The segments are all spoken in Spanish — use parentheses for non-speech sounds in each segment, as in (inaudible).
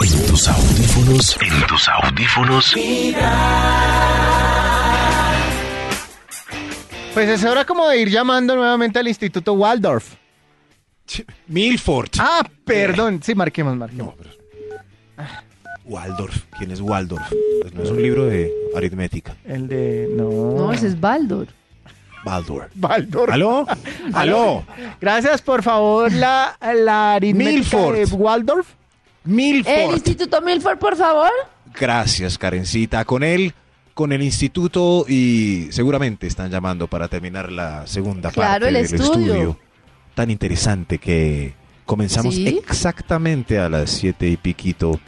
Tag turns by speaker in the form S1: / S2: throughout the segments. S1: En tus audífonos. En tus audífonos.
S2: Pues es hora como de ir llamando nuevamente al Instituto Waldorf.
S3: Milford.
S2: Ah, perdón. Sí, marquemos, marquemos.
S3: No, pero... Waldorf. ¿Quién es Waldorf? Pues no es un libro de aritmética.
S2: El de. No.
S4: No, ese es Baldor.
S3: Waldorf.
S2: Waldorf.
S3: ¿Aló? ¿Aló?
S2: Gracias, por favor, la, la aritmética
S3: Milford.
S2: de Waldorf.
S4: El
S3: Milford.
S4: Instituto Milford, por favor.
S3: Gracias, Karencita. Con él, con el instituto y seguramente están llamando para terminar la segunda
S4: Claro,
S3: parte
S4: el
S3: del
S4: estudio.
S3: tan interesante que comenzamos
S4: Sí.
S3: exactamente a las siete y piquito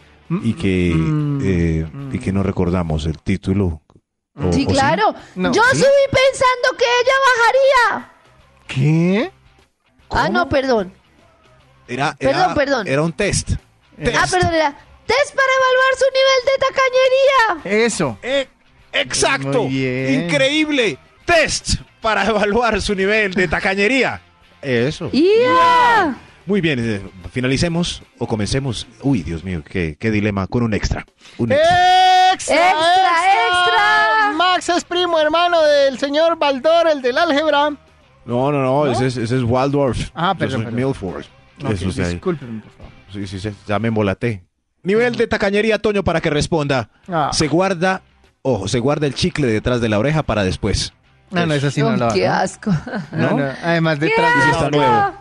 S3: y que,
S2: Mm,
S3: eh,
S2: mm.
S3: y que no recordamos el título. O-
S4: sí,
S3: o
S4: claro.
S2: No.
S4: Yo
S2: ¿Sí?
S4: subí pensando que ella bajaría.
S2: ¿Qué?
S4: Ah, no, perdón.
S3: Era,
S4: Perdón,
S3: era-
S4: perdón.
S3: Era un test.
S4: Ah,
S3: Test.
S4: perdón, era test para evaluar su nivel de tacañería.
S2: Eso.
S3: Eh, exacto.
S2: Muy bien.
S3: Increíble. Test para evaluar su nivel de tacañería. Eso.
S4: ¡Ya!
S3: Muy bien, eh, finalicemos o comencemos. Uy, Dios mío, qué, qué dilema con un extra. Un extra.
S2: ¡Extra,
S4: Extra, extra.
S2: Max es primo hermano del señor Baldor, el del álgebra.
S3: No, no, no, Ese, es, ese es Waldorf.
S2: Ah,
S3: Yo soy
S2: perdón, perdón.
S3: Milford. Eso
S2: Ok,
S3: sí, ahí.
S2: discúlpenme, por favor.
S3: sí, sí, sí, ya me embolaté. Nivel de tacañería, Toño, para que responda.
S2: Ah.
S3: Se guarda, ojo, se guarda el chicle detrás de la oreja para después.
S2: No, no, es así, no
S4: Ay,
S2: la
S4: ¡Qué
S2: hago.
S4: asco!
S2: No, no, además de
S4: ¡Qué
S2: trans-
S4: asco!
S3: nuevo.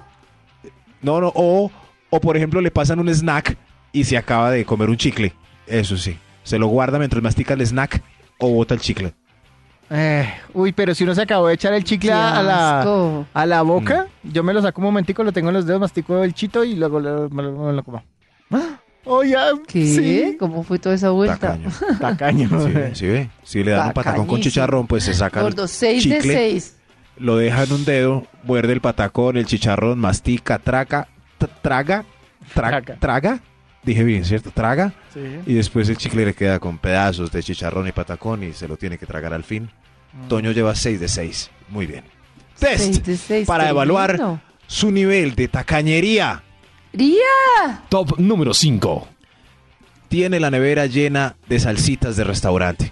S3: No, no, o, o por ejemplo le pasan un snack y se acaba de comer un chicle. Eso sí. Se lo guarda mientras mastica el snack o bota el chicle.
S2: Eh, uy, pero si uno se acabó de echar el
S4: ¡Qué
S2: chicle a la,
S4: asco!
S2: a
S3: Mm.
S2: la boca, yo me lo saco un momentico, lo tengo en los dedos, mastico el chito y luego lo, me, lo, me lo como. (gasps) Ah, Oye,
S4: ¿Qué?
S2: sí.
S4: ¿Cómo fue toda esa vuelta?
S3: Tacaño.
S2: (laughs) Tacaño.
S4: (laughs)
S3: Sí, sí ve. Si le dan un patacón con
S4: Tacañísimo.
S3: chicharrón, pues se saca el
S4: Gordo, 6 de
S3: chicle,
S4: 6.
S3: lo deja en un dedo, muerde el patacón, el chicharrón, mastica, traca, t- traga, tra-
S2: Traga.
S3: traga. Dije bien, ¿cierto? Traga.
S2: (laughs) Sí.
S3: Y después el chicle le queda con pedazos de chicharrón y patacón y se lo tiene que tragar al fin. Toño lleva 6 de 6. Muy bien. Test
S4: 6 Mm. de 6.
S3: para evaluar su nivel de tacañería.
S4: ¡Ría!
S1: Top número 5.
S3: Tiene la nevera llena de salsitas de restaurante.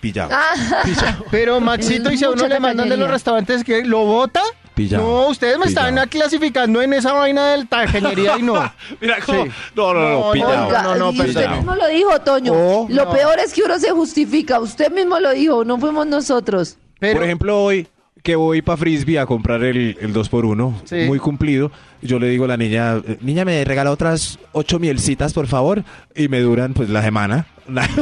S3: Pillado.
S4: Ah,
S3: Pillado.
S2: Pero Maxito, y si a uno
S4: Mucha
S2: le mandan de los
S4: tacañería.
S2: restaurantes que lo bota,
S3: Pillado.
S2: no, ustedes me están
S3: Pillado.
S2: clasificando en esa vaina del
S3: (laughs)
S2: tacañería y no.
S3: Mira
S2: cómo-
S3: No, no, no,
S2: No,
S3: pillado.
S4: oiga,
S2: no, no,
S4: y usted
S3: perdón.
S4: mismo lo dijo, Toño.
S3: Oh,
S4: lo
S2: no.
S4: peor es que uno se justifica. Usted mismo lo dijo, no fuimos nosotros.
S2: Pero,
S3: Por ejemplo, hoy que voy para Frisbee a comprar el, el 2x1,
S2: Sí.
S3: muy cumplido, yo le digo a la niña, eh, niña, me regala otras ocho mielcitas, por favor, y me duran pues la semana. (laughs)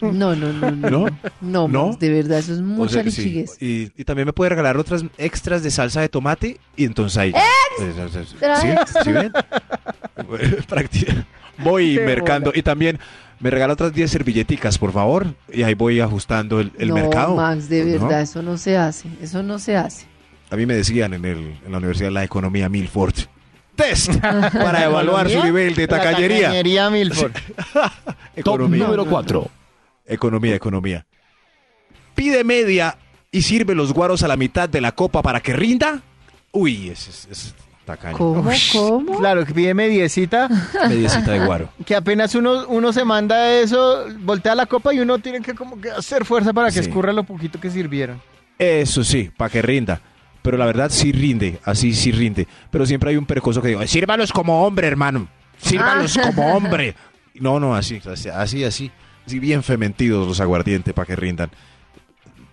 S4: No, no, no, no.
S3: ¿No?
S4: No,
S3: ¿No?
S4: Max, de verdad, eso es
S3: O
S4: mucha
S3: sea que sí.
S4: lichiguez.
S3: y, y también me puede regalar otras extras de salsa de tomate y entonces ahí. Pues, ¿Sí? ¿Sí
S4: (laughs)
S3: ven? Practi- Voy
S2: Qué
S3: mercando y también me regala otras 10 servilleticas, por favor, y ahí voy ajustando el, el
S4: no,
S3: mercado.
S4: Max, de
S3: ¿No?
S4: verdad, eso no se hace. Eso no se hace.
S3: A mí me decían en, el- en la Universidad de la Economía Milford. Test para
S2: (laughs)
S3: evaluar su
S2: ¿Economía?
S3: nivel de
S2: la
S3: tacañería.
S2: tacañería Milford.
S1: Top
S3: Economía,
S1: número 4.
S3: economía, economía. Pide media y sirve los guaros a la mitad de la copa para que rinda. Uy, ese es, es tacaño.
S4: ¿Cómo?
S2: (laughs)
S4: ¿Cómo?
S2: Claro, que pide mediecita,
S3: Mediecita de guaro.
S2: que apenas uno, uno se manda eso, voltea la copa y uno tiene que como que hacer fuerza para que
S3: Sí.
S2: escurra lo poquito que sirvieron.
S3: Eso sí, para que rinda. Pero la verdad sí rinde, así sí rinde. Pero siempre hay un percoso que digo, sírvalos como hombre, hermano. Sírvalos como hombre. No, no, así, así, así, así. Así bien fementidos los aguardientes para que rindan.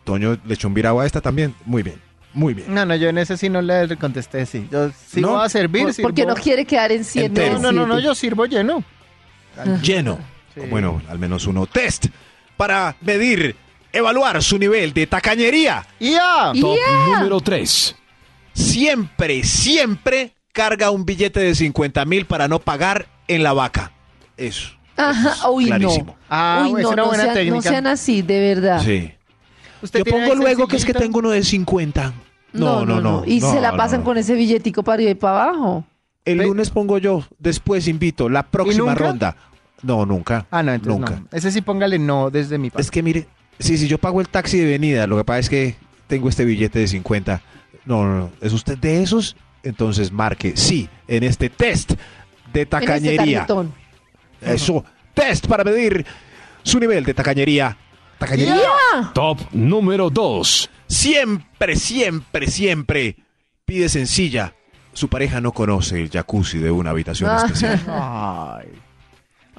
S3: Toño le echó un virado a esta también. Muy bien, muy bien.
S2: No, no, yo en ese sí no le contesté, sí. Yo sí
S3: No,
S2: voy a servir,
S4: Por-
S2: sirvo-
S4: Pues porque no quiere quedar en 100.
S3: Entero.
S2: No, no, no, no, yo sirvo lleno.
S3: Lleno.
S2: Sí.
S3: Bueno, al menos uno. Test para medir, evaluar su nivel de tacañería.
S2: ¡Y ya!
S4: Y-
S1: Top
S4: Yeah.
S1: número 3.
S3: siempre, siempre carga un billete de 50 mil para no pagar en la vaca. Eso.
S4: Ajá, uy,
S3: Clarísimo.
S4: no.
S2: Ah,
S4: uy,
S2: es
S4: no,
S2: una
S4: no
S2: buena
S4: sean,
S2: técnica.
S4: no sean así, de verdad.
S3: Sí.
S2: Usted
S3: Ah. Yo
S2: tiene
S3: pongo
S2: ese
S3: luego que es que
S2: sillito.
S3: tengo uno de 50. No, no, no.
S4: Y
S3: no,
S4: se la
S3: no,
S4: pasan
S3: no.
S4: con ese billetico para arriba y para abajo.
S3: El
S2: Pe-
S3: lunes pongo yo, después invito, la próxima
S2: nunca?
S3: ronda. No, nunca.
S2: Ah, no, entonces
S3: Nunca.
S2: no. Ese sí póngale no desde mi parte.
S3: Es que mire, sí, sí, yo pago el taxi de venida, lo que pasa es que tengo este billete de 50. No, no, no. ¿Es usted de esos? Entonces marque sí en este test de
S4: En este
S3: tacañería.
S4: tarjetón.
S3: Eso. Test para medir su nivel de tacañería. Tacañería.
S1: Top número 2.
S3: Siempre, siempre, siempre pide sencilla. Su pareja no conoce el jacuzzi de una habitación
S4: Ah.
S2: (laughs)
S3: especial.
S2: Ay.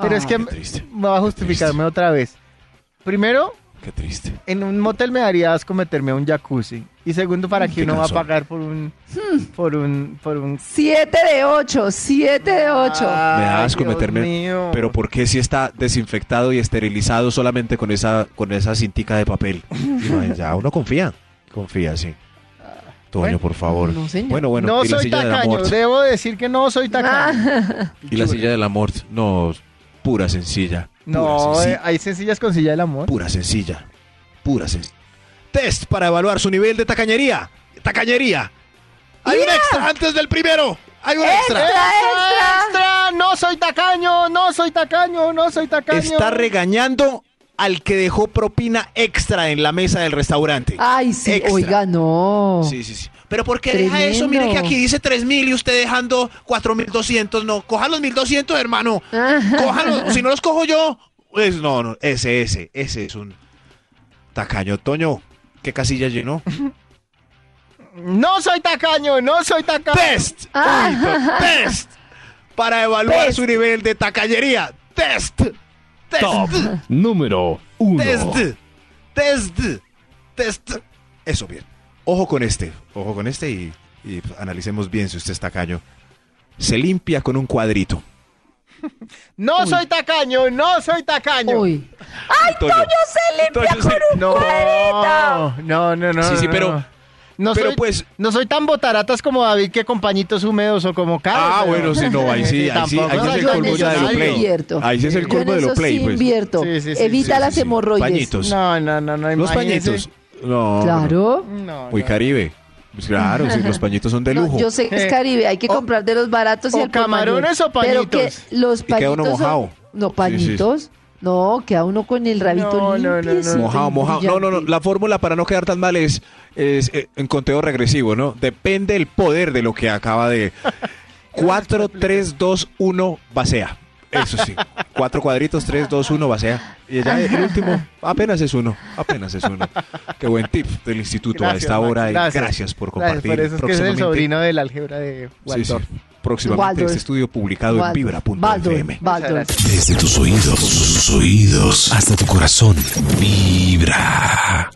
S2: Pero es
S4: Ay,
S2: que
S3: qué triste.
S2: me va a justificarme otra vez. Primero,
S3: Qué triste.
S2: en un motel me daría asco meterme a un jacuzzi. Y segundo, ¿para
S3: Mm,
S2: qué
S3: qué
S2: uno va a
S3: cansón.
S2: pagar por un.
S4: Hmm.
S2: por un. por un.
S4: 7 de 8, 7 de 8.
S3: Me
S2: Ay,
S3: da asco
S2: Dios
S3: meterme.
S2: mío.
S3: Pero ¿por qué si está desinfectado y esterilizado solamente con esa, con esa cintica de papel? No, ya uno confía. Confía, sí. Toño,
S2: Bueno,
S3: por favor.
S4: no, señor.
S3: Bueno, bueno,
S2: no
S3: y la
S2: soy
S3: silla del
S2: tacaño.
S3: amor.
S2: Debo decir que no soy tacaño.
S3: Y la silla del amor. No, pura sencilla.
S2: No,
S3: pura
S2: eh, hay sencillas con silla del amor.
S3: Pura sencilla. Pura sencilla. Test para evaluar su nivel de tacañería. Tacañería. Hay un extra antes del primero. Hay un extra.
S2: eh,
S4: Extra,
S2: ¡Extra,
S4: extra.
S2: extra! ¡No soy tacaño! ¡No soy tacaño! ¡No soy tacaño!
S3: Está regañando al que dejó propina extra en la mesa del restaurante.
S4: Ay, sí,
S3: Extra.
S4: oiga, no.
S3: Sí, sí, sí. Pero ¿por qué deja
S4: Tremendo.
S3: eso? Mire que aquí dice 3000 y usted dejando 4200. No, coja los 1200, hermano. Cójalos. si no los cojo yo. Pues no, no, ese, ese, ese es un tacaño. Toño, ¿qué casilla llenó?
S2: ¡No soy tacaño! ¡No soy tacaño!
S3: Test. Uy, to- Test. Para evaluar su nivel de tacañería. Test. Test. (laughs)
S1: Top número 1.
S3: Test. Test. Test. Eso bien. Ojo con este. Ojo con este y, y, pues, analicemos bien si usted está caño. Se limpia con un cuadrito.
S2: ¡No soy tacaño! ¡No soy tacaño!
S4: Uy.
S3: ¡Ay, Toño,
S4: se limpia
S3: Toño, se-
S2: No, no, no, no.
S3: Sí, sí,
S2: no,
S3: pero-
S2: no. No
S3: pero
S2: soy,
S3: pues-
S2: no soy tan botaratas como David que con pañitos húmedos o como Carlos.
S3: Ah,
S2: pero-
S3: bueno, sí, no, ahí sí, ahí sí, ahí sí
S2: tampoco
S3: es el
S4: Yo en
S3: colmo
S4: eso
S3: ya de lo
S4: sí
S3: play.
S4: invierto.
S3: Ahí sí es el
S4: Yo en
S3: colmo de lo
S4: eso
S3: play,
S4: sí
S3: pues.
S4: invierto.
S2: Sí, sí, sí,
S4: Evita
S3: sí,
S4: las
S3: sí.
S4: hemorroides.
S3: Pañitos.
S2: No, no, no, no.
S3: Los
S2: imagínese.
S3: pañitos. No.
S4: Claro.
S2: No,
S3: Muy
S2: no.
S3: caribe. Pues Claro, sí, los pañitos son de
S4: No,
S3: lujo.
S4: yo sé que es
S2: Eh,
S4: Caribe, hay que
S2: o-
S4: comprar de los baratos y
S2: o
S4: el por mayor.
S2: camarones o
S4: Pero que
S2: pañitos.
S4: los
S3: Y queda
S4: pañitos.
S3: uno
S4: son-
S3: mojado.
S4: No,
S3: Sí, sí, sí.
S4: pañitos. No, queda uno con el rabito
S2: No, no, no, no.
S4: limpiecito,
S3: Mojado, mojado. No, no, no.
S4: brillante.
S3: La fórmula para no quedar tan mal es, es, eh, en conteo regresivo, ¿no? Depende el poder de lo que acaba
S2: (laughs)
S3: de. 4, 3, 2, 1, basea. Eso sí. Cuatro cuadritos, 3, 2, 1, basea. Y ya
S2: (laughs)
S3: el último, apenas es uno. Apenas es uno. Qué buen tip del instituto a esta
S2: Max,
S3: hora. y Gracias, por compartir.
S2: Gracias por eso es que es el
S3: Próximamente-
S2: sobrino del álgebra de
S3: Sí, sí.
S2: Waldorf.
S3: Próximamente
S4: Waldorf.
S3: este estudio publicado
S4: Baldor,
S3: en vibra.fm.
S4: Baldor, Baldor.
S2: Muchas
S1: Desde tus oídos, tus oídos, hasta tu corazón. Vibra.